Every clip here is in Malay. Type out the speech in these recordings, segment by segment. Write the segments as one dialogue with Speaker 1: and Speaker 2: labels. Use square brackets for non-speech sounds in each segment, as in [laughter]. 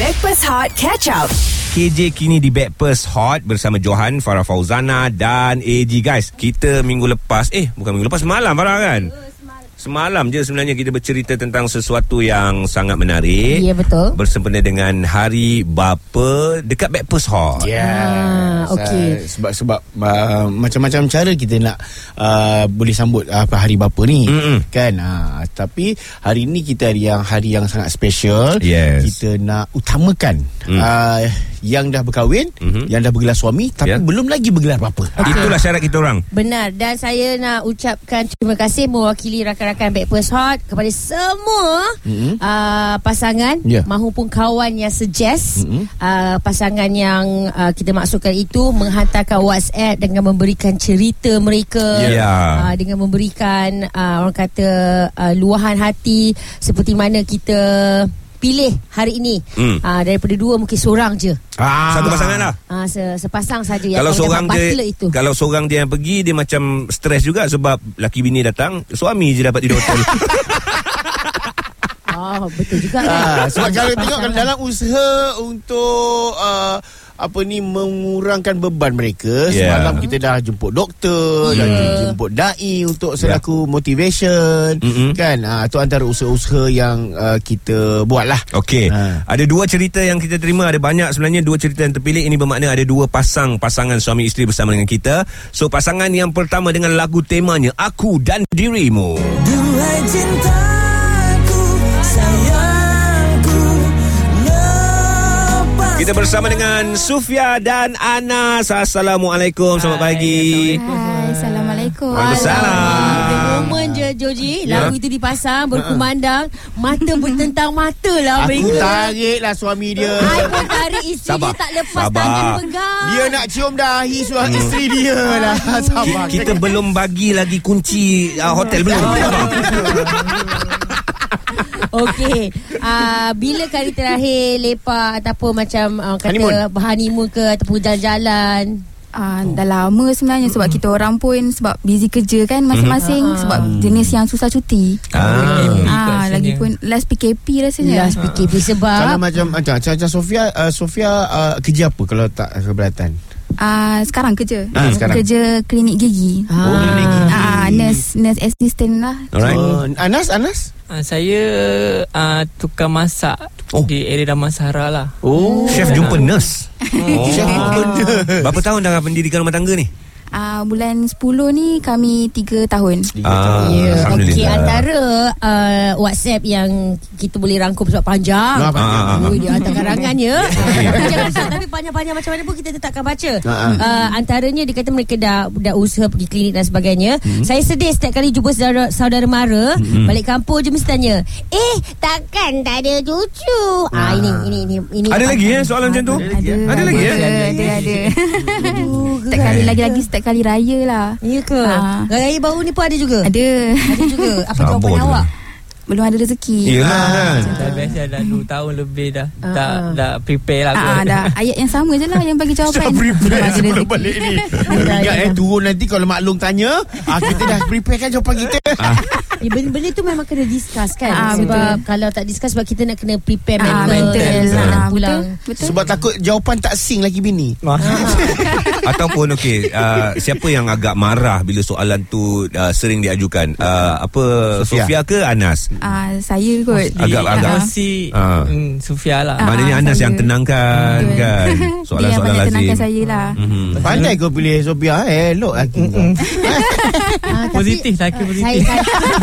Speaker 1: Backpass Hot Catch Up.
Speaker 2: KJ kini di Backpast Hot bersama Johan, Farah Fauzana dan AG guys. Kita minggu lepas, eh bukan minggu lepas, semalam Farah kan? Semalam je sebenarnya kita bercerita tentang sesuatu yang sangat menarik.
Speaker 3: Ya, betul.
Speaker 2: Bersempena dengan Hari Bapa dekat Backpast Hot. Yeah.
Speaker 3: Ah, okey.
Speaker 4: Sa- Sebab sebab uh, macam-macam cara kita nak uh, boleh sambut uh, apa hari bapa ni
Speaker 2: Mm-mm.
Speaker 4: kan. Uh, tapi hari ni kita hari yang hari yang sangat special.
Speaker 2: Yes.
Speaker 4: Kita nak utamakan mm. uh, yang dah berkahwin, mm-hmm. yang dah bergelar suami tapi
Speaker 2: Ya.
Speaker 4: yeah. belum lagi bergelar bapa.
Speaker 2: Itulah syarat kita orang.
Speaker 3: Benar dan saya nak ucapkan terima kasih mewakili rakan-rakan Backpast Hot kepada semua mm-hmm. uh, pasangan
Speaker 4: Ya.
Speaker 3: mahupun kawan yang suggest mm-hmm. uh, pasangan yang uh, kita maksudkan itu menghantarkan WhatsApp dengan memberikan cerita mereka
Speaker 2: Ya.
Speaker 3: uh, dengan memberikan uh, orang kata uh, luahan hati seperti mana kita pilih hari ini
Speaker 2: Mm.
Speaker 3: uh, daripada dua mungkin seorang je
Speaker 2: Ah. Satu pasangan lah.
Speaker 3: uh, se- sepasang saja yang
Speaker 2: kalau
Speaker 3: yang Ya,
Speaker 2: seorang
Speaker 3: dapat
Speaker 2: dia
Speaker 3: butler itu
Speaker 2: kalau seorang dia yang pergi dia macam stres juga sebab laki bini datang, suami je dapat tidur hotel.
Speaker 3: Oh, betul juga kan?
Speaker 2: [laughs]
Speaker 4: Ah, sebab kalau tengok kan dalam usaha untuk uh, apa ni mengurangkan beban mereka
Speaker 2: Yeah.
Speaker 4: yeah. semalam kita dah jemput doktor yeah. dah jemput dai untuk selaku yeah. motivation
Speaker 2: Mm-mm.
Speaker 4: kan ah tu antara usaha-usaha yang uh, kita buat lah
Speaker 2: Okey.
Speaker 4: Ha.
Speaker 2: Ada dua cerita yang kita terima, ada banyak sebenarnya dua cerita yang terpilih ini bermakna ada dua pasang pasangan suami isteri bersama dengan kita. So pasangan yang pertama dengan lagu temanya Aku dan Dirimu.
Speaker 5: Duhai cintaku, sayangku, lepas
Speaker 2: Kita bersama dengan Sufia dan Anas. Assalamualaikum. Selamat pagi.
Speaker 6: Hai, Assalamualaikum
Speaker 2: Waalaikumsalam.
Speaker 3: Ah, The moment je Joji Lagu
Speaker 2: Ah, Ya.
Speaker 3: itu dipasang Berkumandang Mata bertentang mata lah
Speaker 4: aku
Speaker 3: mereka
Speaker 4: tariklah suami dia
Speaker 3: I pun tarik isteri
Speaker 2: Sabar.
Speaker 3: dia tak lepas
Speaker 2: Sabar.
Speaker 3: tangan pegang
Speaker 4: dia nak cium dahi suami isteri dia lah
Speaker 2: Mm. Ki-
Speaker 4: sabar
Speaker 2: Kita belum bagi lagi kunci uh, hotel belum.
Speaker 3: Okey uh, Bila kali terakhir Lepak ataupun macam uh, Kata
Speaker 4: Honeymoon.
Speaker 3: honeymoon ke Ataupun jalan-jalan
Speaker 6: Ah, Dah lama sebenarnya Sebab kita orang pun Sebab busy kerja kan Masing-masing Sebab jenis yang susah cuti
Speaker 2: Ah.
Speaker 6: Ah, Lagi pun Last PKP rasanya
Speaker 3: Last PKP
Speaker 4: Ya.
Speaker 3: sebab
Speaker 4: kalau macam macam macam, macam Sofia uh, Sofia uh, kerja apa kalau tak keberatan
Speaker 6: Ah, Sekarang kerja
Speaker 4: Ah, sekarang.
Speaker 6: Kerja klinik gigi
Speaker 2: Oh,
Speaker 3: Ah.
Speaker 6: Ah, Nurse Nurse assistant lah
Speaker 4: [laughs]
Speaker 2: Alright. Oh.
Speaker 4: Uh, Anas Anas
Speaker 7: Uh, saya uh, tukar masak
Speaker 2: Oh.
Speaker 7: oh. di area Damansara lah.
Speaker 4: Oh
Speaker 2: Chef jumpa nurse. Oh.
Speaker 4: Chef jumpa nurse.
Speaker 2: Berapa tahun dah pendidikan rumah tangga ni?
Speaker 6: Ah, Bulan 10 ni Kami 3 tahun
Speaker 2: Ah,
Speaker 3: Ya,
Speaker 2: Alhamdulillah.
Speaker 3: okey antara uh, WhatsApp yang kita boleh rangkum sebab panjang.
Speaker 4: Lah, panjang.
Speaker 2: Ah, ah, ah.
Speaker 3: Ui,
Speaker 2: [laughs]
Speaker 3: dia hantar karangan ya.
Speaker 2: Okey. Ha,
Speaker 3: Tapi jangan risau, tapi panjang-panjang macam mana pun kita tetap akan baca.
Speaker 4: Ah, ah.
Speaker 3: Uh, antaranya dia kata mereka dah dah usaha pergi klinik dan sebagainya.
Speaker 2: Hmm.
Speaker 3: Saya sedih setiap kali jumpa saudara saudara mara balik kampung je mesti tanya, "Eh, takkan tak ada cucu?" Ah, ini ini ini ini.
Speaker 2: Ada lagi eh soalan macam tu?
Speaker 6: Ada
Speaker 2: Ada lagi, eh?
Speaker 6: Ada Ada, ada. Setiap kali Lagi-lagi Setiap kali raya lah
Speaker 3: Ya ke?
Speaker 6: Ah.
Speaker 3: Raya baru ni pun ada juga.
Speaker 6: Ada
Speaker 3: Ada juga. Apa
Speaker 2: Sabar
Speaker 3: jawapan
Speaker 2: tu.
Speaker 3: awak?
Speaker 6: Belum ada rezeki
Speaker 2: Yelah kan.
Speaker 7: Dah biasa dah 2 tahun lebih dah.
Speaker 3: Hmm. Ah,
Speaker 7: Tak
Speaker 3: ah.
Speaker 7: dah prepare lah.
Speaker 6: Ah, ah, dah ayat yang sama je lah yang bagi
Speaker 4: Dah
Speaker 6: jawapan.
Speaker 4: prepare
Speaker 6: Ada
Speaker 4: sebelum
Speaker 6: rezeki.
Speaker 4: balik ni Ingat eh turun nanti Kalau Mak Long tanya ah, Kita dah prepare kan jawapan kita
Speaker 2: Ah.
Speaker 3: Ya, benda-benda tu memang kena discuss kan
Speaker 6: Ah,
Speaker 3: Sebab kalau tak discuss Sebab kita nak kena prepare
Speaker 6: Ah,
Speaker 3: mental,
Speaker 6: mental.
Speaker 3: Sebelum
Speaker 6: Ah,
Speaker 3: pulang
Speaker 6: betul. Betul.
Speaker 4: Sebab takut jawapan tak sing lagi bini
Speaker 3: Ah,
Speaker 2: Ataupun okey uh, siapa yang agak marah bila soalan tu uh, sering diajukan? Uh, apa
Speaker 4: Sofia.
Speaker 2: Sofia ke Anas?
Speaker 6: ah, saya kot.
Speaker 7: [laughs]
Speaker 2: Agak- agak.
Speaker 7: Si
Speaker 2: Ah.
Speaker 7: ah. mm, Sufia lah.
Speaker 6: Ah,
Speaker 2: Maknanya Anas
Speaker 6: saya.
Speaker 2: yang tenangkan kan soalan-soalan
Speaker 6: [laughs] Dia yang
Speaker 2: lazim.
Speaker 6: tenangkan saya lah.
Speaker 2: Mhm.
Speaker 4: Pandai kau pilih Sophia Elok lagi kau
Speaker 3: Ah, tapi,
Speaker 7: Positif laki
Speaker 3: ah,
Speaker 7: positif.
Speaker 3: saya, saya,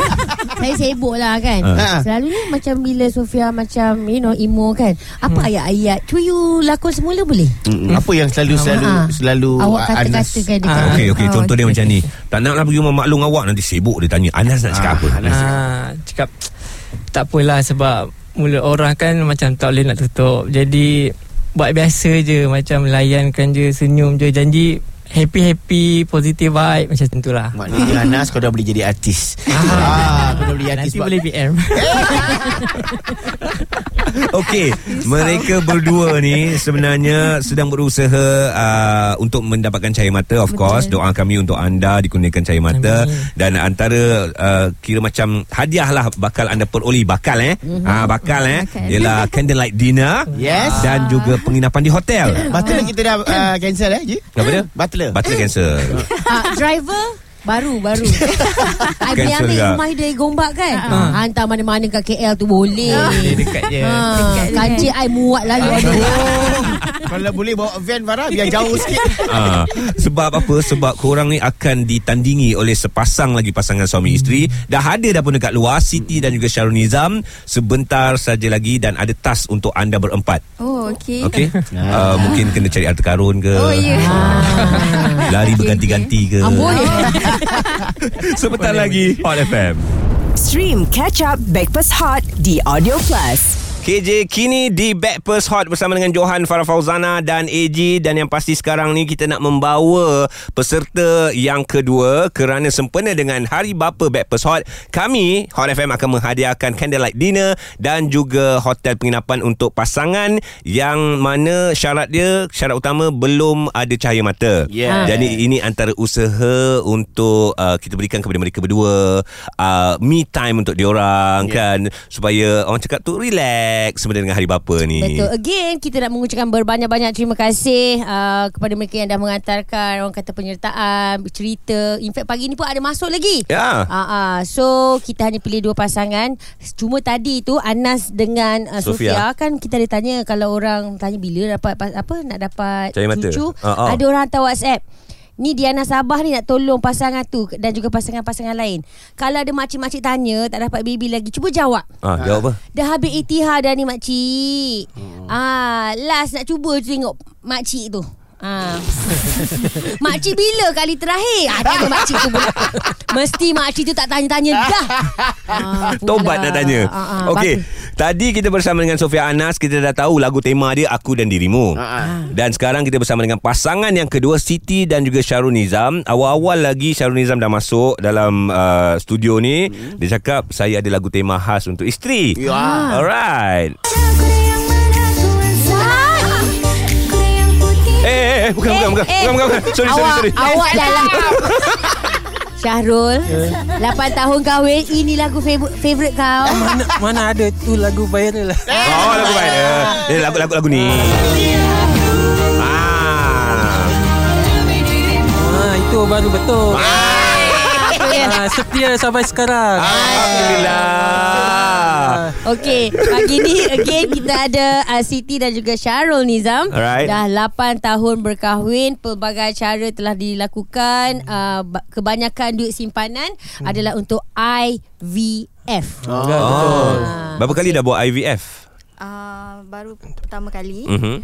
Speaker 3: saya sibuk lah kan
Speaker 4: Ah.
Speaker 3: Selalunya macam bila Sofia macam You know emo kan Apa ayat-ayat Cuyu lakon semula boleh
Speaker 4: Mm-mm. Apa yang selalu Selalu
Speaker 3: Ah.
Speaker 4: Selalu
Speaker 3: Awak
Speaker 4: ah, Anas
Speaker 3: kata-katakan dekat
Speaker 7: Ah.
Speaker 2: Okey okey
Speaker 6: Oh,
Speaker 2: contoh dia
Speaker 6: okey,
Speaker 2: macam ni. Tak naklah pergi rumah maklum awak nanti sibuk dia tanya Anas nak cakap
Speaker 4: Ah,
Speaker 2: apa?
Speaker 4: Anas.
Speaker 7: Ah, cakap tak apalah sebab mulut orang kan macam tak boleh nak tutup. Jadi buat biasa je macam layankan je senyum je janji happy-happy, positive vibe macam tu lah.
Speaker 4: Maknanya Anas kau dah boleh jadi artis. ah, kau dah boleh jadi artis.
Speaker 7: Nanti
Speaker 4: sebab-
Speaker 7: boleh PM.
Speaker 2: Okey, mereka berdua ni sebenarnya sedang berusaha uh, untuk mendapatkan cahaya mata of Betul. course. Doa kami untuk anda dikurniakan cahaya mata Amin. dan antara uh, kira macam hadiah lah bakal anda peroleh bakal eh. Mm-hmm. Ah bakal eh
Speaker 6: Bakal.
Speaker 2: ialah candlelight dinner
Speaker 4: Yes.
Speaker 2: dan juga penginapan di hotel.
Speaker 4: Butler kita dah uh, cancel eh, Ji?
Speaker 2: Apa dia?
Speaker 4: Butler.
Speaker 2: Butler cancel.
Speaker 3: Ah, driver Baru Baru I boleh
Speaker 2: Cancel
Speaker 3: ambil
Speaker 2: juga.
Speaker 3: rumah dia Gombak kan uh Hantar mana-mana kat KL tu Boleh
Speaker 7: Boleh dekat je.
Speaker 3: ha, Kancik I muat lah. lagi
Speaker 4: Oh, kalau boleh bawa van Farah biar jauh sikit.
Speaker 2: Ah, sebab apa? Sebab korang ni akan ditandingi oleh sepasang lagi pasangan suami isteri. Dah ada dah pun dekat luar Siti dan juga Syarul Nizam sebentar saja lagi dan ada tas untuk anda berempat.
Speaker 6: Oh, okey.
Speaker 2: Okey. Ah, mungkin kena cari harta karun ke.
Speaker 6: Oh, ya.
Speaker 2: Lari
Speaker 6: Okey,
Speaker 2: berganti-ganti ke.
Speaker 3: Ah, Boleh
Speaker 2: Sebentar lagi Hot FM.
Speaker 5: Stream Catch Up Backpass Hot di Audio Plus.
Speaker 2: KJ kini di Backpers Hot bersama dengan Johan Farah Fauzana dan AG dan yang pasti sekarang ni kita nak membawa peserta yang kedua kerana sempena dengan Hari Bapa Backpers Hot kami Hot FM akan menghadiahkan candlelight dinner dan juga hotel penginapan untuk pasangan yang mana syarat dia syarat utama belum ada cahaya mata.
Speaker 4: Yeah.
Speaker 2: Jadi Eh, ini antara usaha untuk uh, kita berikan kepada mereka berdua uh, me time untuk diorang
Speaker 3: Ya.
Speaker 2: yeah. kan supaya orang cakap tu relax sempena dengan hari bapa ni.
Speaker 3: Betul Again Kita nak mengucapkan Berbanyak-banyak terima kasih uh, Kepada mereka yang dah mengantarkan Orang kata penyertaan Cerita In fact pagi ni pun Ada masuk lagi
Speaker 2: Ya.
Speaker 3: Ah, ah. So kita hanya pilih dua pasangan Cuma tadi tu Anas dengan uh,
Speaker 2: Sofia.
Speaker 3: Sofia. Kan kita ada tanya Kalau orang tanya bila dapat pa- Apa nak dapat
Speaker 2: Cahaya mata.
Speaker 3: cucu
Speaker 2: Ah, ah.
Speaker 3: Ada orang hantar whatsapp Ni Diana Sabah ni nak tolong pasangan tu Dan juga pasangan-pasangan lain Kalau ada makcik-makcik tanya Tak dapat baby lagi Cuba jawab
Speaker 2: Ah jawab apa?
Speaker 3: Dah habis itihar dah ni makcik hmm. ah, Last nak cuba tengok makcik tu Ah. [laughs] makcik bila kali terakhir? Ah, tanya makcik tu pula. Mesti makcik tu tak tanya-tanya dah. Ah, pula.
Speaker 2: [laughs] Tobat nak tanya.
Speaker 3: Ah, ah,
Speaker 2: Okey,
Speaker 3: bagus.
Speaker 2: tadi kita bersama dengan Sofia Anas kita dah tahu lagu tema dia Aku dan Dirimu.
Speaker 3: Ah,
Speaker 2: Ah. Dan sekarang kita bersama dengan pasangan yang kedua Siti dan juga Syarul Nizam. Awal-awal lagi Syarul Nizam dah masuk dalam uh, studio ni.
Speaker 3: Hmm.
Speaker 2: Dia cakap saya ada lagu tema khas untuk isteri.
Speaker 4: Ya.
Speaker 2: Alright. Eh, eh, eh bukan, bukan, bukan, bukan, bukan, bukan. Sorry,
Speaker 3: awak,
Speaker 2: sorry, sorry.
Speaker 3: Awak
Speaker 2: [laughs]
Speaker 3: dalam Syahrul 8 tahun kahwin Ini lagu favorite, favorite kau
Speaker 7: mana, mana ada tu lagu viral lah.
Speaker 2: Oh, lagu baik. Eh, lagu, lagu, lagu ni. Ah.
Speaker 7: Ha, itu baru betul.
Speaker 2: Ah.
Speaker 7: Ha, setia sampai sekarang. Ah.
Speaker 2: Alhamdulillah.
Speaker 3: Okey, pagi ni again kita ada uh, Siti dan juga Syarul Nizam.
Speaker 2: Alright.
Speaker 3: Dah 8 tahun berkahwin, pelbagai cara telah dilakukan. Uh, ba- kebanyakan duit simpanan
Speaker 2: Hmm.
Speaker 3: adalah untuk IVF.
Speaker 2: Ah.
Speaker 7: Oh. Betul.
Speaker 2: Berapa kali dah buat IVF?
Speaker 6: Uh, baru pertama kali.
Speaker 2: Mhm.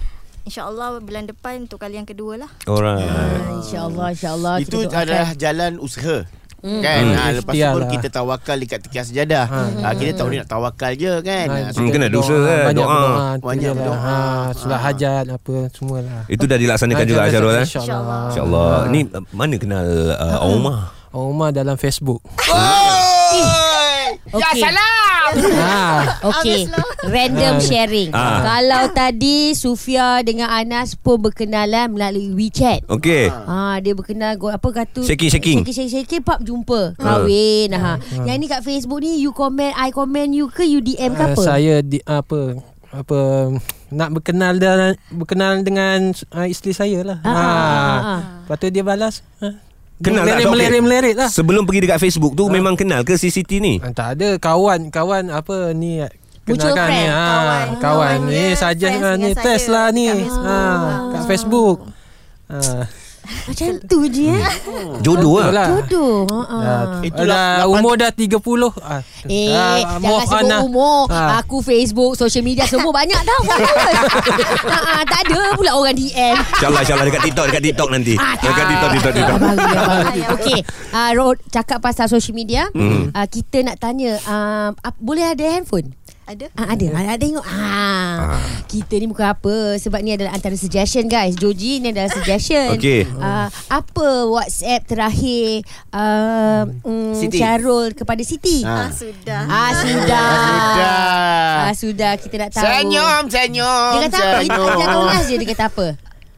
Speaker 6: InsyaAllah bulan depan untuk kali yang kedua lah.
Speaker 2: Orang.
Speaker 3: Uh, InsyaAllah, insyaAllah. kita
Speaker 4: Itu
Speaker 3: doakan.
Speaker 4: adalah jalan usaha. Kan
Speaker 2: Hmm.
Speaker 4: ha, Lepas tu
Speaker 7: Ikhtiar
Speaker 4: pun
Speaker 7: lah.
Speaker 4: kita tawakal Dekat tekias sejadah ha, Kita tak boleh nak tawakal je kan ha,
Speaker 2: Hmm, kena dosa kan?
Speaker 7: Banyak
Speaker 2: Doa.
Speaker 7: berdoa tu
Speaker 4: Banyak
Speaker 7: je lah.
Speaker 4: berdoa.
Speaker 7: Ha, Surat hajat apa semualah
Speaker 2: Itu dah dilaksanakan juga Syarul eh?
Speaker 7: InsyaAllah
Speaker 2: InsyaAllah. Ni uh, mana kenal uh,
Speaker 7: Ah.
Speaker 2: Omar?
Speaker 7: Omar Ah. dalam Facebook
Speaker 2: [laughs]
Speaker 4: Ya,
Speaker 3: Okey.
Speaker 7: ha.
Speaker 3: Okey, random
Speaker 7: Ah.
Speaker 3: sharing.
Speaker 2: Ah.
Speaker 3: Kalau tadi Sufia dengan Anas pun berkenalan melalui WeChat.
Speaker 2: Okey.
Speaker 3: Ah dia berkenal go, apa kata
Speaker 2: Shaking, shaking. Ah.
Speaker 3: shaking shaking, shaking pap jumpa kahwin ha. Yang ni kat Facebook ni you comment I comment you ke you DM ke
Speaker 7: Uh,
Speaker 3: apa?
Speaker 7: saya di, apa apa nak berkenal dengan berkenal dengan uh, isteri saya lah.
Speaker 3: Ah,
Speaker 7: Ha.
Speaker 3: ah, ah, ah.
Speaker 7: Lepas tu dia balas. Ha.
Speaker 2: Kenal tak? Tak,
Speaker 7: melerik,
Speaker 2: okey.
Speaker 7: melerik, melerik lah.
Speaker 2: Sebelum pergi dekat Facebook tu memang kenal ke si Siti ni?
Speaker 7: Ah, tak ada kawan kawan apa ni eh,
Speaker 3: Mutual
Speaker 7: kenalkan ni
Speaker 3: friend. ya,
Speaker 7: ha kawan, kawan ni saja
Speaker 6: friends
Speaker 7: ni
Speaker 6: dengan
Speaker 7: test
Speaker 6: saya
Speaker 7: lah ni
Speaker 6: kat Facebook.
Speaker 7: ha kat Facebook. Ha.
Speaker 3: Macam tu je eh. [laughs]
Speaker 2: Jodoh lah.
Speaker 7: Itulah.
Speaker 3: Bodoh. Ha. ah.
Speaker 4: Itulah
Speaker 7: Dah
Speaker 4: lapan-
Speaker 7: umur dah 30 ah.
Speaker 3: Eh,
Speaker 7: ah,
Speaker 3: jangan
Speaker 7: move on
Speaker 3: sebut
Speaker 7: lah.
Speaker 3: umur.
Speaker 7: Ah.
Speaker 3: Aku Facebook, social media semua banyak
Speaker 7: [laughs]
Speaker 3: tau. ha, ah, tak ada pula orang DM.
Speaker 2: InsyaAllah, insyaAllah dekat TikTok, dekat TikTok nanti.
Speaker 3: Ah, tak.
Speaker 2: Dekat TikTok, TikTok, TikTok.
Speaker 3: Abang, abang. Okey, uh, Rod cakap pasal social media, mm. uh, kita nak tanya uh, ap, boleh ada handphone?
Speaker 1: Ada?
Speaker 3: Ah, ada. Ah, tengok. Ah.
Speaker 2: Ah.
Speaker 3: Kita ni bukan apa sebab ni adalah antara suggestion guys. Joji ni adalah suggestion.
Speaker 2: Okey.
Speaker 3: Ah, apa WhatsApp terakhir uh, mm,
Speaker 4: Siti.
Speaker 3: Syarul kepada Siti?
Speaker 4: Ah.
Speaker 1: Ah, sudah.
Speaker 3: Ah sudah. Ah
Speaker 4: Sudah.
Speaker 3: sudah kita nak tahu.
Speaker 4: Senyum, senyum.
Speaker 3: Dia kata apa? Dia
Speaker 4: senyum.
Speaker 3: kata ulas je dia kata apa?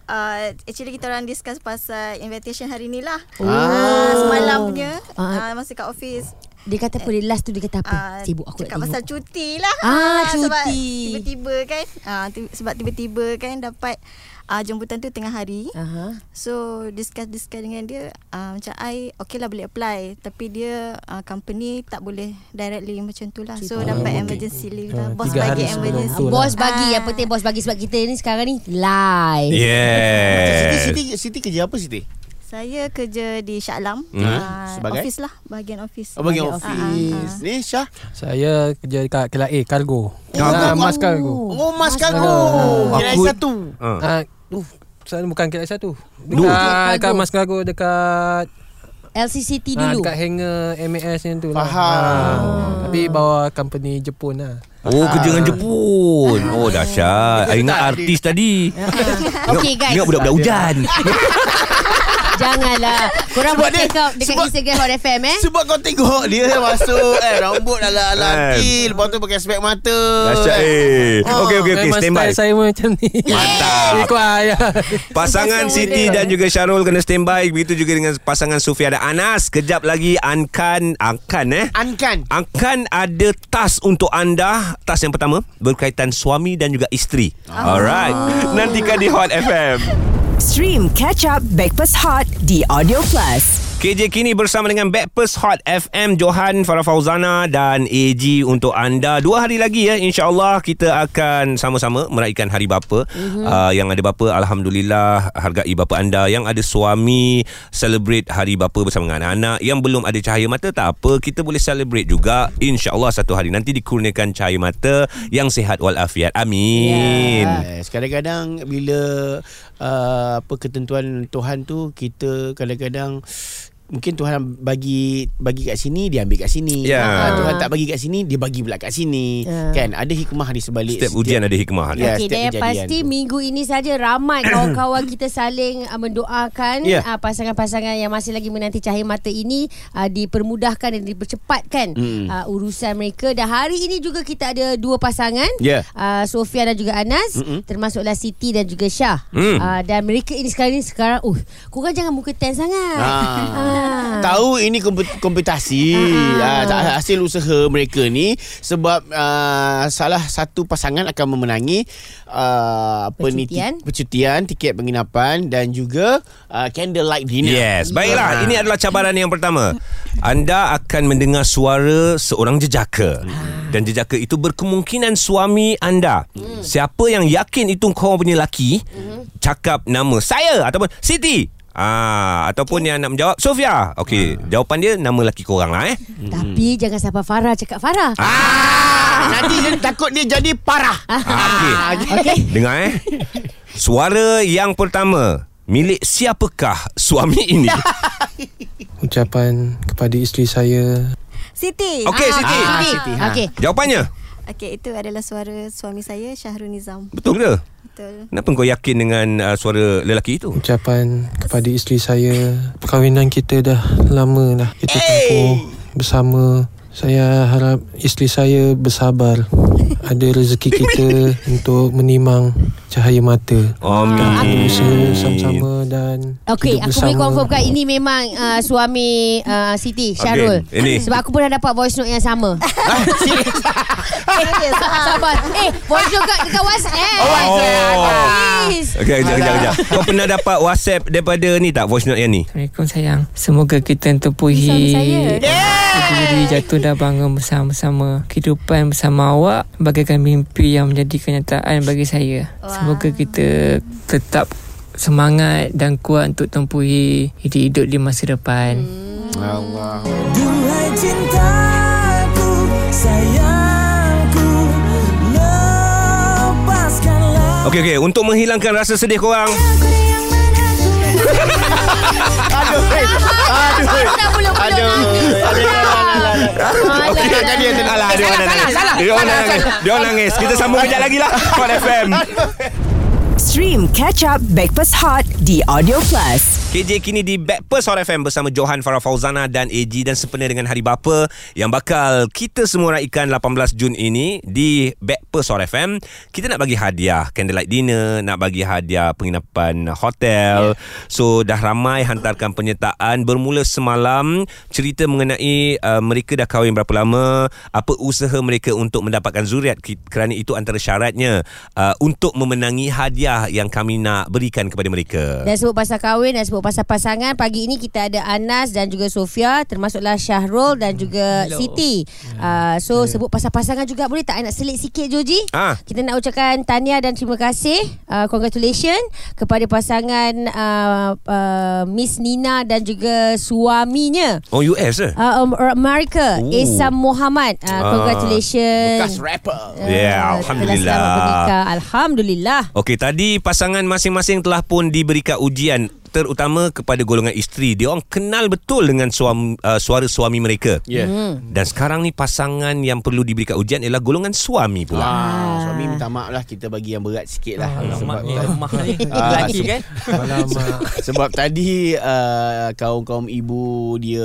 Speaker 1: Uh, actually kita orang discuss pasal invitation hari ni lah.
Speaker 3: Oh.
Speaker 1: Ah, semalam punya
Speaker 3: Ah.
Speaker 1: ah. masa kat office.
Speaker 3: Dia kata apa? Dia last tu dia kata apa?
Speaker 1: Ah,
Speaker 3: Sibuk aku
Speaker 1: cakap
Speaker 3: nak
Speaker 1: pasal
Speaker 3: tengok.
Speaker 1: cuti lah.
Speaker 3: Ah,
Speaker 1: Sebab
Speaker 3: cuti.
Speaker 1: tiba-tiba kan. Ah, ti- sebab tiba-tiba kan dapat ah, jemputan tu tengah hari.
Speaker 3: Aha.
Speaker 1: So discuss-discuss dengan dia uh, Macam I okay lah boleh apply Tapi dia uh, company tak boleh directly macam tu lah So
Speaker 3: Ah,
Speaker 1: dapat emergency leave
Speaker 7: Ah,
Speaker 1: lah Bos
Speaker 7: tiga
Speaker 1: bagi
Speaker 7: hari sebelum
Speaker 1: emergency
Speaker 7: tu lah.
Speaker 3: Bos bagi
Speaker 1: Ah.
Speaker 3: yang penting bos bagi sebab kita ni sekarang ni live.
Speaker 4: Eh. Siti,
Speaker 2: Yes.
Speaker 4: Siti, Siti kerja apa Siti?
Speaker 1: Saya kerja di Shah Alam
Speaker 2: Hmm.
Speaker 1: Ah,
Speaker 4: Sebagai?
Speaker 1: Office lah Bahagian office
Speaker 4: Oh, bagian
Speaker 3: Bagian
Speaker 4: office.
Speaker 3: Ah,
Speaker 4: Ni Syah.
Speaker 7: Saya kerja dekat Kelab A Kargo.
Speaker 3: Eh,
Speaker 4: Kargo.
Speaker 7: Ah, mas Kargo.
Speaker 4: Oh, Mas Kago.
Speaker 7: Kargo.
Speaker 4: Kira
Speaker 7: Aku-
Speaker 4: satu.
Speaker 2: Ah.
Speaker 7: Ah, uh, saya bukan Kelab satu.
Speaker 3: Dua.
Speaker 7: Dekat, dekat
Speaker 3: Kargo.
Speaker 7: Mas Kargo dekat
Speaker 3: LCCT
Speaker 7: ah,
Speaker 3: dulu.
Speaker 7: dekat hanger MAS yang tu lah.
Speaker 4: Faham.
Speaker 3: Oh.
Speaker 7: Ah, tapi bawa company Jepun lah.
Speaker 2: Oh kerja dengan Jepun
Speaker 3: Ah.
Speaker 2: Oh dahsyat I ingat
Speaker 3: [laughs]
Speaker 2: artis tadi
Speaker 3: Okey
Speaker 2: Ingat-
Speaker 3: guys. Oh.
Speaker 2: Ingat budak-budak hujan
Speaker 3: [laughs] [laughs] Janganlah. Korang
Speaker 4: Sebab
Speaker 3: buat
Speaker 4: dia-
Speaker 3: check out dekat
Speaker 4: sebab-
Speaker 3: Instagram Hot FM eh.
Speaker 4: Sebab kau tengok dia masuk eh rambut ala-ala
Speaker 2: Eh.
Speaker 4: T lepas tu pakai spek mata.
Speaker 2: Dahsyat eh
Speaker 3: Oh.
Speaker 2: Okey okey okey
Speaker 7: Memang
Speaker 2: Stand by
Speaker 7: style saya pun macam
Speaker 2: [laughs]
Speaker 7: ni.
Speaker 2: Mantap.
Speaker 7: Ikut
Speaker 2: ya.
Speaker 7: ayah.
Speaker 2: Pasangan Siti dan juga Syarul kena standby begitu juga dengan pasangan Sufia dan Anas. Kejap lagi Ankan Ankan eh.
Speaker 4: Ankan.
Speaker 2: Angkan ada tas untuk anda Tas yang pertama Berkaitan suami dan juga isteri
Speaker 3: Oh.
Speaker 2: Alright Nantikan di Hot FM
Speaker 5: Stream Catch Up Breakfast Hot di Audio Plus.
Speaker 2: KJ Kini bersama dengan Backpers Hot FM Johan Farah Fauzana dan AG untuk anda Dua hari lagi ya InsyaAllah kita akan sama-sama meraihkan Hari Bapa mm-hmm. uh, Yang ada bapa Alhamdulillah Hargai bapa anda Yang ada suami Celebrate Hari Bapa bersama dengan anak-anak Yang belum ada cahaya mata tak apa Kita boleh celebrate juga InsyaAllah satu hari nanti dikurniakan cahaya mata Yang sihat walafiat Amin yeah.
Speaker 4: Yes, Ah, kadang-kadang bila uh, apa ketentuan Tuhan tu kita kadang-kadang mungkin Tuhan bagi bagi kat sini dia ambil kat sini.
Speaker 2: Ya.
Speaker 4: Ah, Tuhan tak bagi kat sini dia bagi pula kat sini.
Speaker 3: Ya.
Speaker 4: Kan ada hikmah di sebalik
Speaker 2: Setiap ujian ada hikmah
Speaker 4: Ya,
Speaker 3: Okey, dan
Speaker 4: setiap
Speaker 3: yang
Speaker 4: kejadian
Speaker 3: pasti
Speaker 4: tu.
Speaker 3: minggu ini saja ramai kawan-kawan kita saling uh, mendoakan
Speaker 4: Ya.
Speaker 3: uh, pasangan-pasangan yang masih lagi menanti cahaya mata ini uh, dipermudahkan dan dipercepatkan
Speaker 4: Mm.
Speaker 3: uh, urusan mereka. Dan hari ini juga kita ada dua pasangan,
Speaker 4: Ya.
Speaker 3: uh, Sofia dan juga Anas, Mm-mm. termasuklah Siti dan juga Syah.
Speaker 2: Mm.
Speaker 3: Uh, dan mereka ini sekarang ini sekarang, uh, korang jangan muka tense sangat.
Speaker 4: Ah. Tahu ini kompet- kompetasi ah. tak- Hasil usaha mereka ni Sebab ah, Salah satu pasangan akan memenangi ah, apa ni, ti-
Speaker 3: Percutian.
Speaker 4: Percutian Tiket penginapan Dan juga ah, Candlelight dinner
Speaker 2: Yes Baiklah
Speaker 4: Ah.
Speaker 2: Ini adalah cabaran yang pertama Anda akan mendengar suara Seorang jejaka
Speaker 4: Ah.
Speaker 2: Dan jejaka itu Berkemungkinan suami anda
Speaker 4: Hmm.
Speaker 2: Siapa yang yakin Itu kau punya laki Cakap nama Saya Ataupun Siti Ah, ataupun yang nak menjawab Sofia. Okey,
Speaker 4: Ah.
Speaker 2: jawapan dia nama laki korang lah eh.
Speaker 3: Tapi jangan sampai Farah cakap Farah.
Speaker 4: Ah, nanti dia takut dia jadi parah.
Speaker 2: Ah, okey. Dengar eh. Suara yang pertama milik siapakah suami
Speaker 4: [laughs]
Speaker 2: ini?
Speaker 7: Ucapan kepada isteri saya
Speaker 1: Siti
Speaker 2: Okey, Siti.
Speaker 3: Ah,
Speaker 4: Siti, ha.
Speaker 3: Okey.
Speaker 2: Jawapannya
Speaker 1: Okay itu adalah suara suami saya Syahrul Nizam
Speaker 2: betul ke?
Speaker 1: Betul
Speaker 2: Kenapa kau yakin dengan uh, suara lelaki itu?
Speaker 7: Ucapan kepada isteri saya Perkahwinan kita dah lama dah Kita tempuh bersama Saya harap isteri saya bersabar Ada rezeki
Speaker 3: [laughs]
Speaker 7: kita untuk menimang cahaya mata
Speaker 2: Amin.
Speaker 7: Berusaha sama-sama dan
Speaker 3: Okey,
Speaker 7: hidup
Speaker 3: aku
Speaker 7: bersama.
Speaker 3: boleh confirmkan ini memang uh, suami uh, Siti Syarul.
Speaker 2: Again, ini.
Speaker 3: Sebab aku pun dah dapat voice note yang sama. [laughs]
Speaker 1: Serius
Speaker 3: Sa- Sabar. Eh, voice note kat dekat WhatsApp.
Speaker 4: Oh, WhatsApp.
Speaker 3: Please.
Speaker 2: Okay, kejap, kejap, kejap. Kau pernah dapat WhatsApp daripada ni tak? Voice note yang ni?
Speaker 8: Assalamualaikum sayang Semoga kita tempuhi
Speaker 6: Suami saya.
Speaker 8: Berdiri jatuh dan bangun bersama-sama Kehidupan bersama awak Bagaikan mimpi yang menjadi kenyataan bagi saya Semoga kita tetap semangat dan kuat untuk tempuhi hidup-hidup di masa depan
Speaker 4: Allah.
Speaker 5: Dua cintaku, sayangku, lepaskanlah.
Speaker 2: Okey, okey. Untuk menghilangkan rasa sedih korang,
Speaker 4: Aduh. Aduh.
Speaker 3: Dah belum belum
Speaker 4: Aduh. Aduh. Okey, tadi yang tadi.
Speaker 2: Alah, dia orang
Speaker 3: salah,
Speaker 2: nangis.
Speaker 3: salah,
Speaker 2: Dia orang nangis. Dia orang nangis. Kita sambung kejap lagi lah. Hot FM.
Speaker 5: Stream Catch Up Breakfast Hot di Audio Plus.
Speaker 2: KJ kini di Backpers Hot FM bersama Johan Farah Fauzana dan AG dan sempena dengan Hari Bapa yang bakal kita semua raikan 18 Jun ini di Backpers Hot FM. Kita nak bagi hadiah candlelight dinner, nak bagi hadiah penginapan hotel. Yeah. So dah ramai hantarkan penyertaan bermula semalam cerita mengenai uh, mereka dah kahwin berapa lama, apa usaha mereka untuk mendapatkan zuriat Ki- kerana itu antara syaratnya uh, untuk memenangi hadiah yang kami nak berikan kepada mereka.
Speaker 3: Dan sebut pasal kahwin Dan sebut pasal pasangan Pagi ini kita ada Anas Dan juga Sofia Termasuklah Syahrul Dan juga Hello. Siti uh, So sebut pasal pasangan juga Boleh tak I nak selit sikit Joji
Speaker 2: Ah.
Speaker 3: Kita nak ucapkan Tahniah dan terima kasih uh, Congratulations Kepada pasangan uh, uh, Miss Nina Dan juga suaminya
Speaker 2: Oh US eh?
Speaker 3: uh, um, America
Speaker 2: Ooh. Ah.
Speaker 3: Esam Muhammad uh, Congratulations
Speaker 4: Bekas rapper.
Speaker 3: Ah,
Speaker 2: Yeah,
Speaker 3: telah
Speaker 2: Alhamdulillah.
Speaker 3: selamat bernikah. Alhamdulillah
Speaker 2: Okey, tadi pasangan masing-masing telah pun diberikan ujian terutama kepada golongan isteri. Dia orang kenal betul dengan suami, uh, suara suami mereka.
Speaker 4: Ya.
Speaker 2: Dan sekarang ni pasangan yang perlu diberikan ujian ialah golongan suami pula.
Speaker 4: Ah, suami minta maaf lah kita bagi yang berat sikit
Speaker 7: Oh,
Speaker 4: lah sebab
Speaker 8: Lemah ni
Speaker 4: Ah,
Speaker 8: Lelaki kan
Speaker 7: Alamak.
Speaker 4: sebab tadi uh, kaum-kaum ibu dia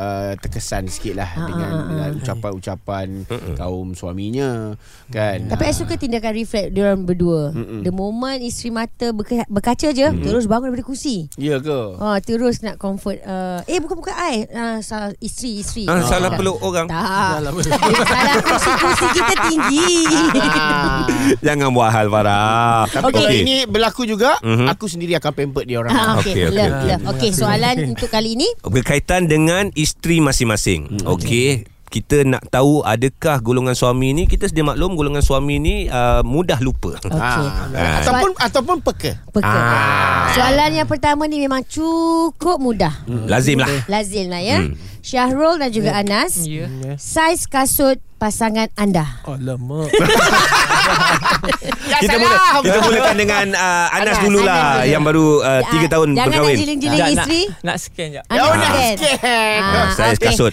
Speaker 4: Uh, terkesan sikit lah dengan, dengan ucapan-ucapan kaum suaminya kan
Speaker 2: Ya.
Speaker 3: Tapi I suka tindakan reflect Diorang berdua Mm-mm. The moment isteri mata berka- berkaca je Mm-mm. Terus bangun daripada kursi
Speaker 4: Ya ke?
Speaker 3: Oh, terus nak comfort uh, Eh bukan-bukan I uh, sa- Isteri isteri
Speaker 2: Ah, salah
Speaker 3: Tak.
Speaker 2: peluk orang.
Speaker 3: Tak [laughs] Salah kursi-kursi kita tinggi
Speaker 4: Ah.
Speaker 2: [laughs] Jangan buat hal Farah.
Speaker 4: Tapi okay. kalau ini berlaku juga,
Speaker 2: Mhm.
Speaker 4: aku sendiri akan pamper dia orang.
Speaker 3: Ah,
Speaker 2: Okey,
Speaker 3: Okay, okay,
Speaker 2: okey,
Speaker 3: love,
Speaker 2: okey.
Speaker 3: love. okay, soalan untuk kali ini
Speaker 2: berkaitan dengan isteri masing-masing. Hmm. Okey. Kita nak tahu adakah golongan suami ni kita sedia maklum golongan suami ni uh, mudah lupa.
Speaker 3: Okay
Speaker 2: Ah.
Speaker 4: Ataupun ataupun peka.
Speaker 3: Peka. Soalan yang pertama ni memang cukup mudah
Speaker 2: Mm. Lazimlah. Mm.
Speaker 3: Lazim lah ya Syahrul dan juga Anas
Speaker 8: Ya
Speaker 3: Saiz kasut pasangan anda
Speaker 7: Alamak.
Speaker 8: [laughs]
Speaker 2: kita mula kita mulakan dengan uh, Anas
Speaker 3: Anas,
Speaker 2: dululah
Speaker 3: Anas dulu.
Speaker 2: yang baru 3 uh, tahun
Speaker 3: Jangan
Speaker 2: berkahwin.
Speaker 3: nak jiling-jiling
Speaker 8: Sekejap,
Speaker 3: isteri
Speaker 8: nak, nak scan jap
Speaker 3: Anak
Speaker 4: Oh,
Speaker 3: ah.
Speaker 4: nak scan.
Speaker 3: Ah,
Speaker 2: Saya
Speaker 3: okey.
Speaker 2: kasut.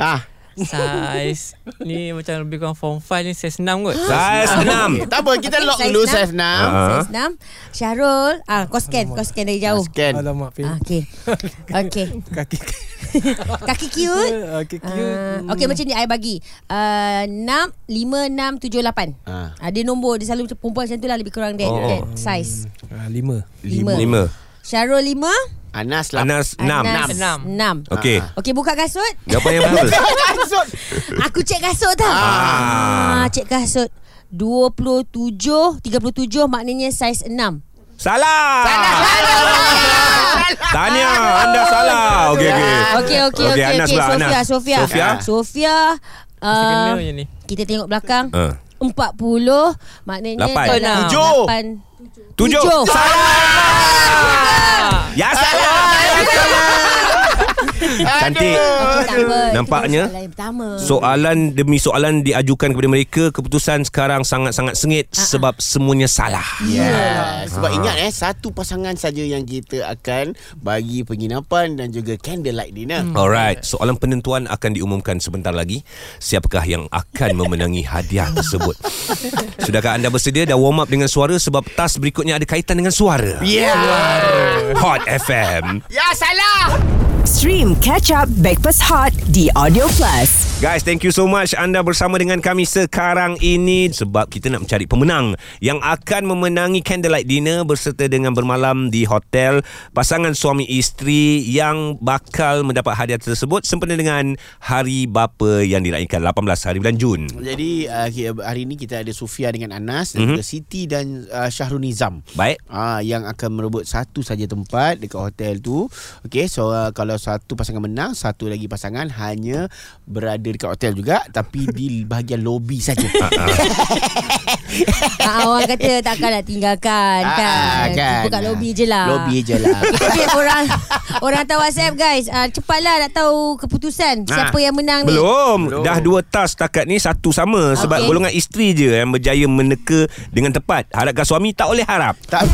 Speaker 4: Ah.
Speaker 8: Saiz Ni macam lebih kurang form 5 ni Saiz 6 kot
Speaker 2: Saya senam.
Speaker 4: Tak apa, kita
Speaker 3: Okey,
Speaker 4: lock
Speaker 3: size
Speaker 4: dulu
Speaker 3: enam.
Speaker 4: Saif Nam.
Speaker 2: Ah.
Speaker 3: Saiz enam Syahrul ah, Kau scan Kau scan dari jauh
Speaker 8: Kan?
Speaker 4: Scan.
Speaker 3: ah,
Speaker 7: Alamak. Pin.
Speaker 3: Okay Okay
Speaker 7: Kaki. Ah,
Speaker 3: Kaki
Speaker 7: [laughs]
Speaker 3: cute
Speaker 7: Kaki cute.
Speaker 3: Uh, okay macam ni I bagi uh, 6 5 6 7 8.
Speaker 4: Ah.
Speaker 3: Ah. Ada nombor dia selalu macam perempuan macam tu lah lebih kurang dia
Speaker 2: Oh.
Speaker 3: oh. size.
Speaker 7: Ah, lima.
Speaker 3: Lima.
Speaker 2: Lima.
Speaker 3: Syarul 5,
Speaker 4: Anas lah.
Speaker 2: Anas enam.
Speaker 8: Enam.
Speaker 3: 6.
Speaker 2: Okey.
Speaker 3: Okey buka kasut.
Speaker 2: Jawapan yang betul.
Speaker 4: Kasut.
Speaker 3: Aku cek kasut tau. Ah,
Speaker 2: Ah.
Speaker 3: cek kasut. 27 37 maknanya saiz 6.
Speaker 2: Salah. Salah. [laughs] Tanya anda salah. Okey okey.
Speaker 3: Okey okey okey
Speaker 2: Anas
Speaker 3: okey
Speaker 2: pula,
Speaker 3: Sofia
Speaker 2: Anas.
Speaker 3: Sofia.
Speaker 2: Sofia.
Speaker 3: Sofia
Speaker 8: Masih kena
Speaker 3: uh,
Speaker 8: je ni
Speaker 3: kita tengok belakang.
Speaker 2: Ah.
Speaker 3: 40 maknanya
Speaker 2: Lapan.
Speaker 3: dalam
Speaker 4: Tujuh.
Speaker 3: lapan.
Speaker 2: Tujuh.
Speaker 3: Tujuh.
Speaker 2: Salah.
Speaker 8: Ah,
Speaker 2: Ya salah. Cantik.
Speaker 3: Okey, tak apa. Itu
Speaker 2: Nampaknya.
Speaker 3: soalan yang pertama.
Speaker 2: Soalan demi soalan diajukan kepada mereka Keputusan sekarang sangat-sangat sengit Sebab semuanya salah
Speaker 4: Ya. Yeah. Sebab ingat eh Satu pasangan saja Yang kita akan Bagi penginapan Dan juga candlelight dinner
Speaker 2: Alright, soalan penentuan akan diumumkan sebentar lagi. Siapakah yang akan memenangi hadiah tersebut? Sudahkah anda bersedia dah warm up dengan suara sebab tas berikutnya ada kaitan dengan suara?
Speaker 4: Yeah
Speaker 2: Hot FM.
Speaker 4: Ya salah
Speaker 5: Stream Catch Up Breakfast Hot di Audio Plus.
Speaker 2: Guys, thank you so much anda bersama dengan kami sekarang ini sebab kita nak mencari pemenang yang akan memenangi candlelight dinner berserta dengan bermalam di hotel pasangan suami isteri yang bakal mendapat hadiah tersebut sempena dengan Hari Bapa yang diraihkan 18 hari bulan Jun.
Speaker 4: Jadi uh, ki- hari ini kita ada Sufia dengan Anas Dan juga Siti dan uh, Syahrul Nizam
Speaker 2: Baik.
Speaker 4: Ah yang akan merebut satu saja tempat dekat hotel tu. Okey, so uh, kalau satu pasangan menang, satu lagi pasangan hanya berada dekat hotel juga tapi
Speaker 2: [laughs]
Speaker 4: di bahagian lobi saja.
Speaker 2: ah.
Speaker 3: Ah, orang
Speaker 2: [laughs]
Speaker 3: kata takkan nak tinggalkan
Speaker 4: Ah,
Speaker 3: kan.
Speaker 4: ah, kan.
Speaker 3: Jumpa kat lobby je lah.
Speaker 4: lobi je lah.
Speaker 3: Tapi [laughs] orang orang hantar WhatsApp guys. Ah, cepatlah nak tahu keputusan
Speaker 2: Ah,
Speaker 3: siapa yang menang ni.
Speaker 2: Belum. Belum. Dah dua tas setakat ni satu sama sebab
Speaker 3: Okey.
Speaker 2: golongan isteri je yang berjaya meneka dengan tepat. Harapkan suami tak boleh harap.
Speaker 4: tak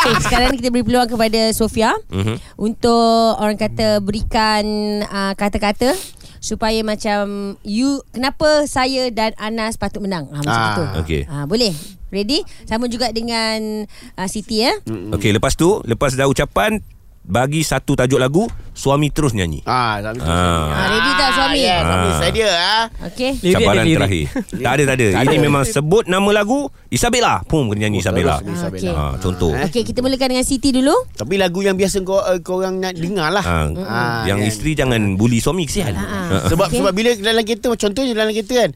Speaker 3: Okay, sekarang ni kita beri peluang kepada Sofia
Speaker 2: Mhm.
Speaker 3: untuk orang kata berikan ah, kata-kata supaya macam you kenapa saya dan Ana sepatut menang. Ah, macam
Speaker 4: Ah,
Speaker 3: itu.
Speaker 2: okey.
Speaker 3: Ah, boleh. Ready? Sama juga dengan ah, Siti ya.
Speaker 2: Okey, lepas tu, lepas dah ucapan bagi satu tajuk lagu, suami terus nyanyi.
Speaker 4: Ah, tak betul.
Speaker 2: Ah.
Speaker 3: Ah, ready tak suami?
Speaker 4: Ya, suami
Speaker 2: Ah.
Speaker 4: saya dia ah.
Speaker 3: Okey.
Speaker 8: Lirik ada
Speaker 2: Cabaran
Speaker 8: lirik.
Speaker 2: terakhir. tak ada tak ada. [laughs] Oh, Ini memang sebut nama lagu Isabella. Pum kena nyanyi Isabella.
Speaker 4: Suami Isabella.
Speaker 3: Ah, okey.
Speaker 2: Ha, contoh.
Speaker 3: Okey, kita mulakan dengan Siti dulu.
Speaker 4: lah. Tapi lagu yang biasa kau uh, korang nak dengar lah.
Speaker 2: Ha,
Speaker 4: Ah,
Speaker 2: yang
Speaker 4: kan.
Speaker 2: isteri jangan bully suami kesian.
Speaker 3: Ah.
Speaker 4: Sebab
Speaker 3: Okey.
Speaker 4: okay. sebab bila dalam kereta contohnya dalam kereta kan.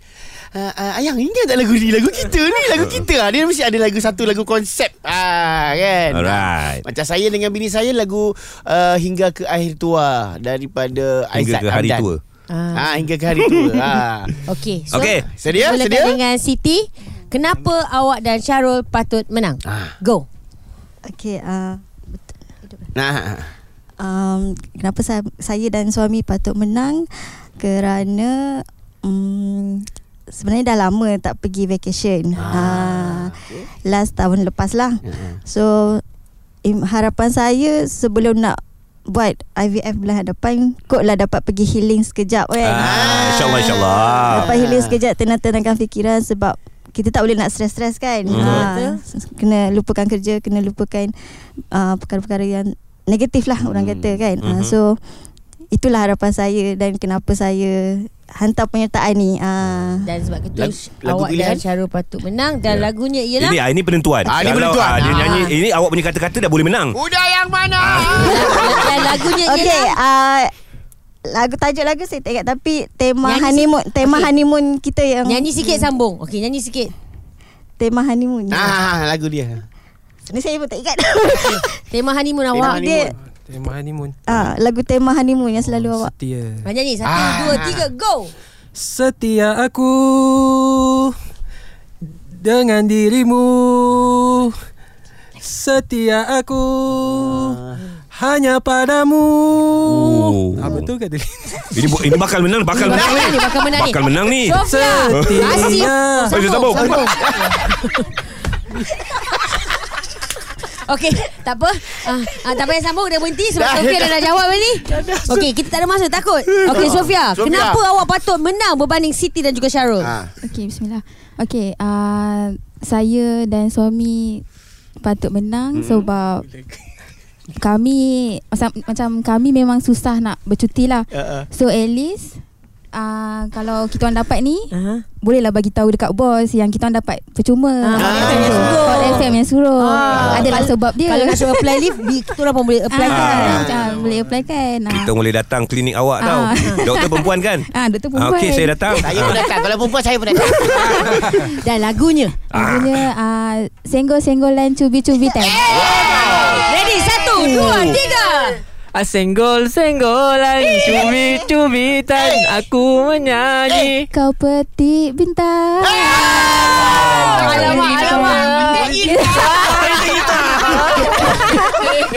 Speaker 4: Uh, uh, ayang ingat tak lagu ni lagu kita ni lagu kita ah dia mesti ada lagu satu lagu konsep ah kan.
Speaker 2: Alright.
Speaker 4: Macam saya dengan bini saya lagu uh, hingga ke akhir tua daripada
Speaker 2: Hingga
Speaker 4: Aizat
Speaker 2: ke hari
Speaker 4: Hamdan.
Speaker 2: tua.
Speaker 4: Ah Ya, hingga ke hari tua. ah.
Speaker 3: Okey. So,
Speaker 2: Okey,
Speaker 3: kita
Speaker 4: sedia?
Speaker 3: mulakan
Speaker 4: Sedia?
Speaker 3: dengan Siti. Kenapa awak dan Syarul patut menang?
Speaker 4: Ah.
Speaker 3: Go.
Speaker 1: Okey, uh,
Speaker 4: Nah.
Speaker 1: um, kenapa saya, saya dan suami patut menang? Kerana um, sebenarnya dah lama tak pergi vacation. Ah, okay. Last tahun lepas lah.
Speaker 4: Ah.
Speaker 1: So im- harapan saya sebelum nak buat IVF bulan hadapan Kotlah lah dapat pergi healing sekejap kan
Speaker 2: Ah, InsyaAllah InsyaAllah
Speaker 4: Ah.
Speaker 1: Dapat healing sekejap Tenang-tenangkan fikiran Sebab kita tak boleh nak stres-stres kan
Speaker 2: Mhm.
Speaker 1: ha, Kena lupakan kerja Kena lupakan uh, Perkara-perkara yang Negatif lah orang
Speaker 4: Hmm.
Speaker 1: kata kan
Speaker 2: Mhm.
Speaker 1: uh, So Itulah harapan saya Dan kenapa saya Hantar penyertaan ni uh,
Speaker 3: Dan sebab itu
Speaker 4: Lagu- lagu
Speaker 3: awak
Speaker 4: pilihan?
Speaker 3: dan Syarul patut menang dan
Speaker 2: Ya.
Speaker 3: lagunya ialah
Speaker 2: Ini ah, ini penentuan
Speaker 4: Ah, Oh. ini
Speaker 2: Kalau,
Speaker 4: penentuan.
Speaker 2: ah, Dia
Speaker 3: Ah.
Speaker 2: nyanyi Ini awak punya kata-kata dah boleh menang
Speaker 4: Udah yang mana?
Speaker 3: [laughs]
Speaker 2: Ah.
Speaker 3: dan lagunya lah.
Speaker 1: Okay
Speaker 3: ialah
Speaker 1: uh, Lagu tajuk lagu saya tak ingat Tapi tema
Speaker 3: Nyanyi si-
Speaker 1: honeymoon Tema
Speaker 3: Okey.
Speaker 1: honeymoon kita yang
Speaker 3: nyanyi sikit
Speaker 1: Hmm.
Speaker 3: sambung. Okey, nyanyi sikit.
Speaker 1: Tema honeymoon
Speaker 4: Ah, lagu dia.
Speaker 1: Ni saya pun tak ingat [laughs]
Speaker 3: Tema honeymoon
Speaker 4: Tema
Speaker 3: awak.
Speaker 4: honeymoon.
Speaker 1: Dia
Speaker 7: Tema honeymoon
Speaker 1: ah, Lagu tema honeymoon yang selalu awak
Speaker 7: Setia
Speaker 3: Ah, Nyanyi satu,
Speaker 4: Ah.
Speaker 3: dua, tiga, go.
Speaker 7: Setia aku dengan dirimu Setia aku
Speaker 8: Ah.
Speaker 7: hanya padamu
Speaker 2: Oh.
Speaker 7: Apa tu kata
Speaker 8: [laughs]
Speaker 7: dia?
Speaker 2: Ini bu- ini bakal menang Bakal menang ni
Speaker 3: Ini bakal menang ni.
Speaker 2: Bakal menang ni
Speaker 3: Sofia.
Speaker 7: Setia.
Speaker 3: Asyik.
Speaker 2: Oh, dia sambung.
Speaker 3: sambung. Okey, tak apa. Ah, ah, tak payah sambung dah berhenti sebab Sofia dah, dah jawab ni. Okey, kita tak ada masa takut. Okey, Sofia,
Speaker 4: Sofia.
Speaker 3: kenapa awak patut menang berbanding Siti dan juga Syarul?
Speaker 4: Ah.
Speaker 6: Okey, bismillah. Okey, uh, saya dan suami patut menang mm. sebab [laughs] kami macam, macam kami memang susah nak bercuti lah.
Speaker 3: Uh-uh.
Speaker 4: Uh, uh.
Speaker 6: So at least uh, kalau kita orang dapat ni
Speaker 3: Ah.
Speaker 6: bolehlah bagi tahu dekat bos yang kita orang dapat percuma.
Speaker 3: Ah, Hot
Speaker 4: FM
Speaker 3: suruh.
Speaker 4: yang
Speaker 6: Hot FM yang suruh.
Speaker 3: Ah.
Speaker 6: Adalah
Speaker 3: Kalau-
Speaker 6: sebab dia.
Speaker 3: Kalau nak suruh apply leave, bi- kita orang pun boleh apply kan.
Speaker 6: apply kan.
Speaker 2: Ah.
Speaker 6: Macam, boleh apply kan. Ah.
Speaker 2: Kita boleh datang klinik awak tau
Speaker 6: Ah.
Speaker 2: Doktor perempuan kan
Speaker 6: Ah, doktor
Speaker 2: Ah,
Speaker 6: perempuan.
Speaker 2: Okey saya datang
Speaker 4: Saya
Speaker 2: Ah.
Speaker 4: pun datang. Kalau perempuan saya pun datang.
Speaker 3: Dan lagunya.
Speaker 6: Lagunya ah. senggol-senggolan
Speaker 3: [laughs]
Speaker 6: cubi-cubi time.
Speaker 3: Ready, satu, dua, tiga.
Speaker 8: Ah, Senggol-senggolan Cubit-cubitan Aku menyanyi
Speaker 6: Kau petik bintang.
Speaker 3: Alamak, alamak.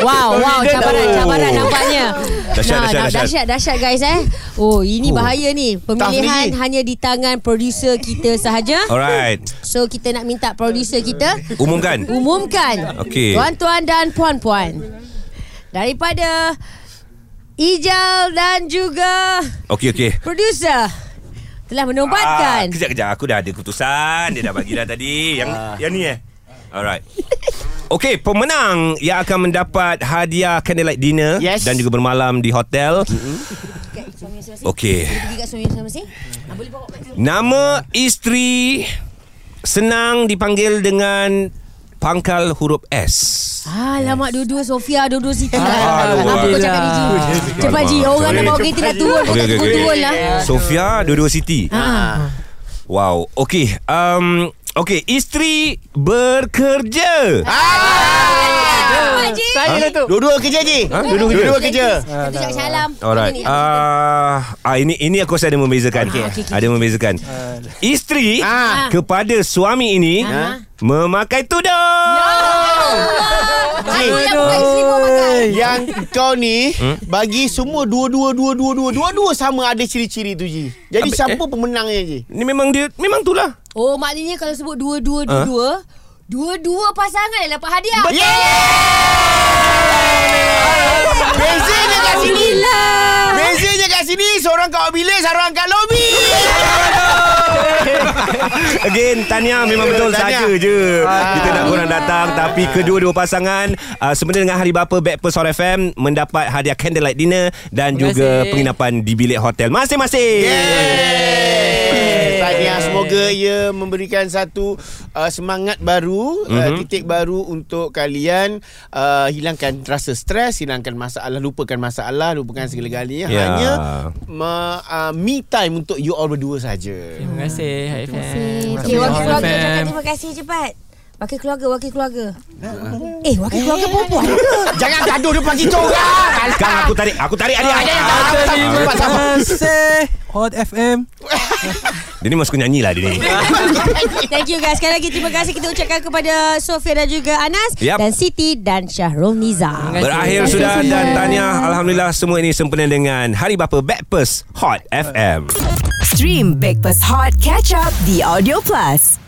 Speaker 3: Wow, wow, cabaran, cabaran nampaknya.
Speaker 2: Dahsyat,
Speaker 3: Nah, nah,
Speaker 2: dahsyat, dahsyat.
Speaker 3: dahsyat, dahsyat guys eh. Oh, ini bahaya ni. Pemilihan
Speaker 4: ni.
Speaker 3: hanya di tangan producer kita sahaja.
Speaker 2: Alright
Speaker 3: So kita nak minta producer kita
Speaker 2: Umumkan
Speaker 3: Um. umumkan
Speaker 2: Okey.
Speaker 3: tuan-tuan dan puan-puan daripada Ijal dan juga
Speaker 2: Okey okey
Speaker 3: producer telah
Speaker 2: Ah,
Speaker 3: menobatkan.
Speaker 2: Kejap kejap Aku dah ada keputusan Dia dah bagi dah tadi Yang
Speaker 4: Ah.
Speaker 2: yang ni eh Alright Okey, pemenang yang akan mendapat hadiah candlelight dinner
Speaker 4: Yes.
Speaker 2: dan juga bermalam di hotel. Okey.
Speaker 3: Pergi kat suami sama si. Ah, boleh bawa mic?
Speaker 2: Nama isteri senang dipanggil dengan pangkal huruf S.
Speaker 3: Alamak Ah, dua-dua Sofia Dua-dua Siti
Speaker 2: Aduh,
Speaker 3: Apa kau
Speaker 2: alhamdulillah.
Speaker 3: cakap ni Ji Cepat Ji
Speaker 2: Alamak,
Speaker 3: Orang nak
Speaker 2: sorry.
Speaker 3: bawa kereta nak turun Kau
Speaker 2: Okey,
Speaker 3: tak
Speaker 2: okey, okey.
Speaker 3: turun lah
Speaker 2: Sofia dua-dua Siti.
Speaker 3: Ah.
Speaker 2: Wow. Okey, um okey, isteri bekerja.
Speaker 4: Ah.
Speaker 3: Apa je?
Speaker 8: Saya lah tu
Speaker 4: Dua-dua kerja je
Speaker 2: Ha?
Speaker 4: Dua-dua kerja. Dua-dua kerja
Speaker 3: Kita cakap salam.
Speaker 2: Alright.
Speaker 3: Ini, apa kita-
Speaker 2: Ah, ah ini ini aku rasa ada membezakan. Okay.
Speaker 3: okey, okey.
Speaker 2: Ada membezakan. Isteri
Speaker 4: Ah.
Speaker 2: kepada suami ini
Speaker 3: Ah. Ya.
Speaker 2: memakai tudung.
Speaker 4: Ni.
Speaker 3: Yang bukan isteri pun pakai.
Speaker 4: Yang kau ni Bagi semua Dua-dua Dua-dua Dua-dua dua-dua sama ada ciri-ciri tu Ji Jadi
Speaker 2: Habis,
Speaker 4: siapa
Speaker 2: eh?
Speaker 4: pemenangnya Ji
Speaker 2: Ni memang dia memang itulah.
Speaker 3: Oh maknanya kalau sebut dua-dua dua-dua Dua-dua pasangan yang dapat hadiah Ya.
Speaker 4: Bezanya kat sini
Speaker 3: Alhamdulillah
Speaker 4: Bezanya kat sini Seorang kat bilik Seorang kat lobi
Speaker 2: Again Tanya memang betul
Speaker 4: Tahniah.
Speaker 2: saja je
Speaker 8: Ah.
Speaker 2: Kita nak korang datang Tapi kedua-dua pasangan uh, Sebenarnya dengan Hari Bapa Backpast Hot FM Mendapat hadiah candlelight dinner Dan
Speaker 8: Terima
Speaker 2: juga
Speaker 8: kasih.
Speaker 2: penginapan di bilik hotel Masing-masing
Speaker 4: Tahniah Semoga ia memberikan satu uh, Semangat baru mm-hmm. uh, Titik baru untuk kalian uh, Hilangkan rasa stres Hilangkan masalah Lupakan masalah Lupakan
Speaker 2: Ya.
Speaker 4: segala-galanya yeah. Hanya ma, uh, Me time untuk you all berdua saja
Speaker 8: Terima kasih Hai Fan
Speaker 3: Okay wakil keluarga
Speaker 8: Terima kasih
Speaker 3: cakap
Speaker 8: Fan
Speaker 3: terima kasih cepat Wakil keluarga, wakil keluarga Eh wakil keluarga perempuan ke?
Speaker 4: Jangan gaduh depan kita orang
Speaker 2: Kang aku tarik Aku tarik
Speaker 8: Oh,
Speaker 2: hadiah Ah,
Speaker 4: Terima
Speaker 7: kasih Hot FM
Speaker 2: Dia ni masuk nyanyi lah dia ni
Speaker 3: [laughs] Thank you guys Sekali lagi terima kasih kita ucapkan kepada Sofia dan juga Anas
Speaker 2: Yap.
Speaker 3: Dan Siti dan Syahrul Nizam
Speaker 8: kasih.
Speaker 2: Berakhir
Speaker 8: Terima
Speaker 2: sudah Dan Tanya Alhamdulillah semua ini sempena dengan Hari Bapa Backpast Hot FM
Speaker 5: Stream Breakfast Hot Catch Up The Audio Plus.